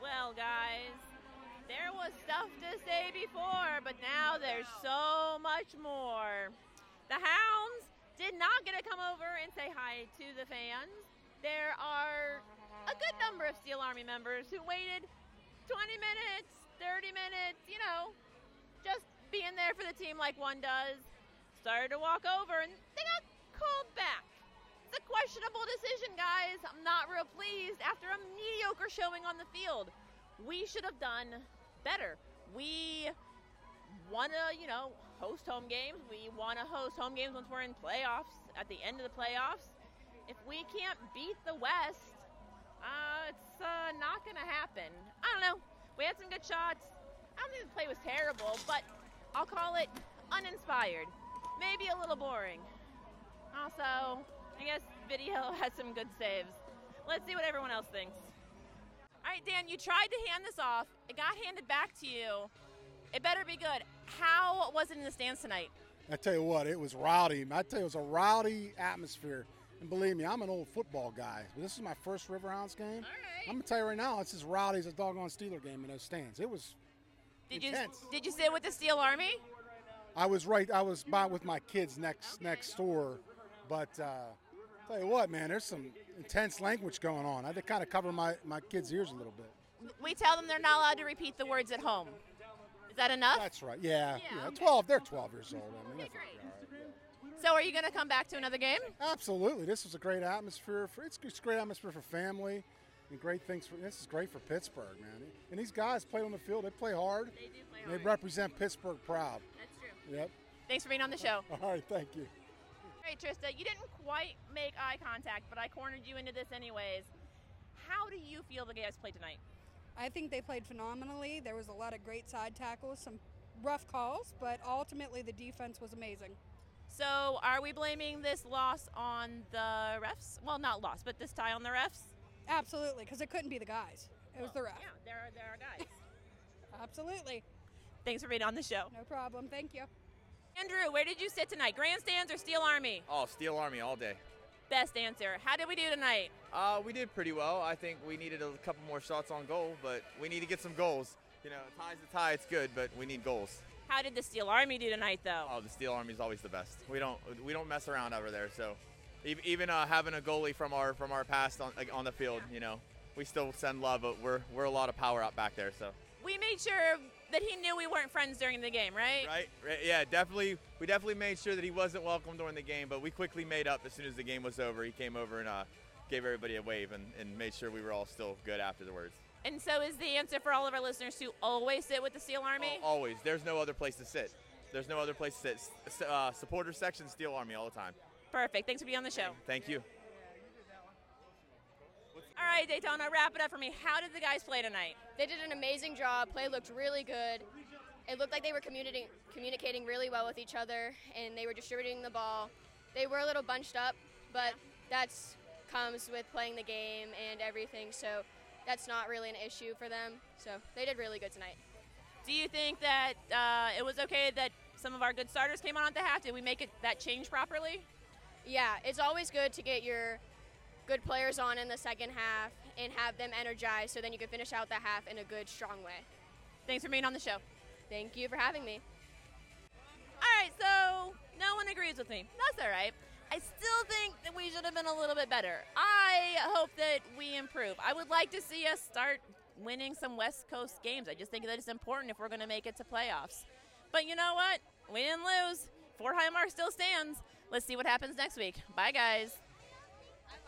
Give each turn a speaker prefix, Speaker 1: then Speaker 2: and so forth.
Speaker 1: well, guys. There was stuff to say before, but now there's so much more. The hounds did not get to come over and say hi to the fans. There are a good number of Steel Army members who waited 20 minutes, 30 minutes, you know, just being there for the team like one does. Started to walk over and they got called back. It's a questionable decision, guys. I'm not real pleased after a mediocre showing on the field. We should have done better. We want to, you know, host home games. We want to host home games once we're in playoffs, at the end of the playoffs. If we can't beat the West, uh, it's uh, not going to happen. I don't know. We had some good shots. I don't think the play was terrible, but I'll call it uninspired. Maybe a little boring. Also, I guess video has some good saves. Let's see what everyone else thinks. All right, Dan, you tried to hand this off. It got handed back to you. It better be good. How was it in the stands tonight?
Speaker 2: I tell you what, it was rowdy. I tell you, it was a rowdy atmosphere. And believe me, I'm an old football guy, but this is my first Riverhounds game.
Speaker 1: All right.
Speaker 2: I'm gonna tell you right now, it's as rowdy as a doggone Steeler game in those stands. It was.
Speaker 1: Did
Speaker 2: Intense.
Speaker 1: you did you sit with the Steel Army?
Speaker 2: I was right. I was by with my kids next next door, but uh, tell you what, man, there's some intense language going on. I had to kind of cover my my kids' ears a little bit.
Speaker 1: We tell them they're not allowed to repeat the words at home. Is that enough?
Speaker 2: That's right. Yeah.
Speaker 1: Yeah, okay.
Speaker 2: Twelve. They're 12 years old. I mean, that's
Speaker 1: great.
Speaker 2: all right.
Speaker 1: so are you going to come back to another game?
Speaker 2: Absolutely, this was a great atmosphere. For, it's, it's a great atmosphere for family, and great things. For, this is great for Pittsburgh, man. And these guys play on the field; they play hard.
Speaker 1: They do play
Speaker 2: They
Speaker 1: hard.
Speaker 2: represent Pittsburgh proud.
Speaker 1: That's true.
Speaker 2: Yep.
Speaker 1: Thanks for being on the show.
Speaker 2: All right, thank you.
Speaker 1: All right, Trista, you didn't quite make eye contact, but I cornered you into this anyways. How do you feel the guys played tonight?
Speaker 3: I think they played phenomenally. There was a lot of great side tackles, some rough calls, but ultimately the defense was amazing.
Speaker 1: So, are we blaming this loss on the refs? Well, not loss, but this tie on the refs?
Speaker 3: Absolutely, because it couldn't be the guys. It was the ref.
Speaker 1: Yeah, there are, there are guys.
Speaker 3: Absolutely.
Speaker 1: Thanks for being on the show.
Speaker 3: No problem. Thank you.
Speaker 1: Andrew, where did you sit tonight? Grandstands or Steel Army?
Speaker 4: Oh, Steel Army all day.
Speaker 1: Best answer. How did we do tonight?
Speaker 4: Uh, we did pretty well. I think we needed a couple more shots on goal, but we need to get some goals. You know, a tie's a tie, it's good, but we need goals.
Speaker 1: How did the Steel Army do tonight, though?
Speaker 4: Oh, the Steel Army's always the best. We don't we don't mess around over there. So, E- even uh, having a goalie from our from our past on like, on the field, you know, we still send love, but we're we're a lot of power out back there. So.
Speaker 1: We made sure that he knew we weren't friends during the game, right?
Speaker 4: Right, right, yeah, definitely. We definitely made sure that he wasn't welcome during the game, but we quickly made up as soon as the game was over. He came over and uh, gave everybody a wave and, and made sure we were all still good afterwards.
Speaker 1: And so, is the answer for all of our listeners to always sit with the Steel Army?
Speaker 4: Al- always. There's no other place to sit. There's no other place to sit. S- s- Uh, supporter section, Steel Army all the time.
Speaker 1: Perfect. Thanks for being on the show.
Speaker 4: Thank you.
Speaker 1: All right, Daytona, wrap it up for me. How did the guys play tonight?
Speaker 5: They did an amazing job. Play looked really good. It looked like they were communicating communicating really well with each other, and they were distributing the ball. They were a little bunched up, but that's comes with playing the game and everything. So that's not really an issue for them. So they did really good tonight.
Speaker 1: Do you think that uh, it was okay that some of our good starters came on at the half? Did we make it that change properly?
Speaker 5: Yeah, it's always good to get your good players on in the second half and have them energized, so then you can finish out the half in a good, strong way.
Speaker 1: Thanks for being on the show.
Speaker 5: Thank you for having me.
Speaker 1: All right, so no one agrees with me. That's all right. I still think that we should have been a little bit better. I hope that we improve. I would like to see us start winning some West Coast games. I just think that it's important if we're going to make it to playoffs. But you know what? We didn't lose. Fort Highmark still stands. Let's see what happens next week. Bye, guys.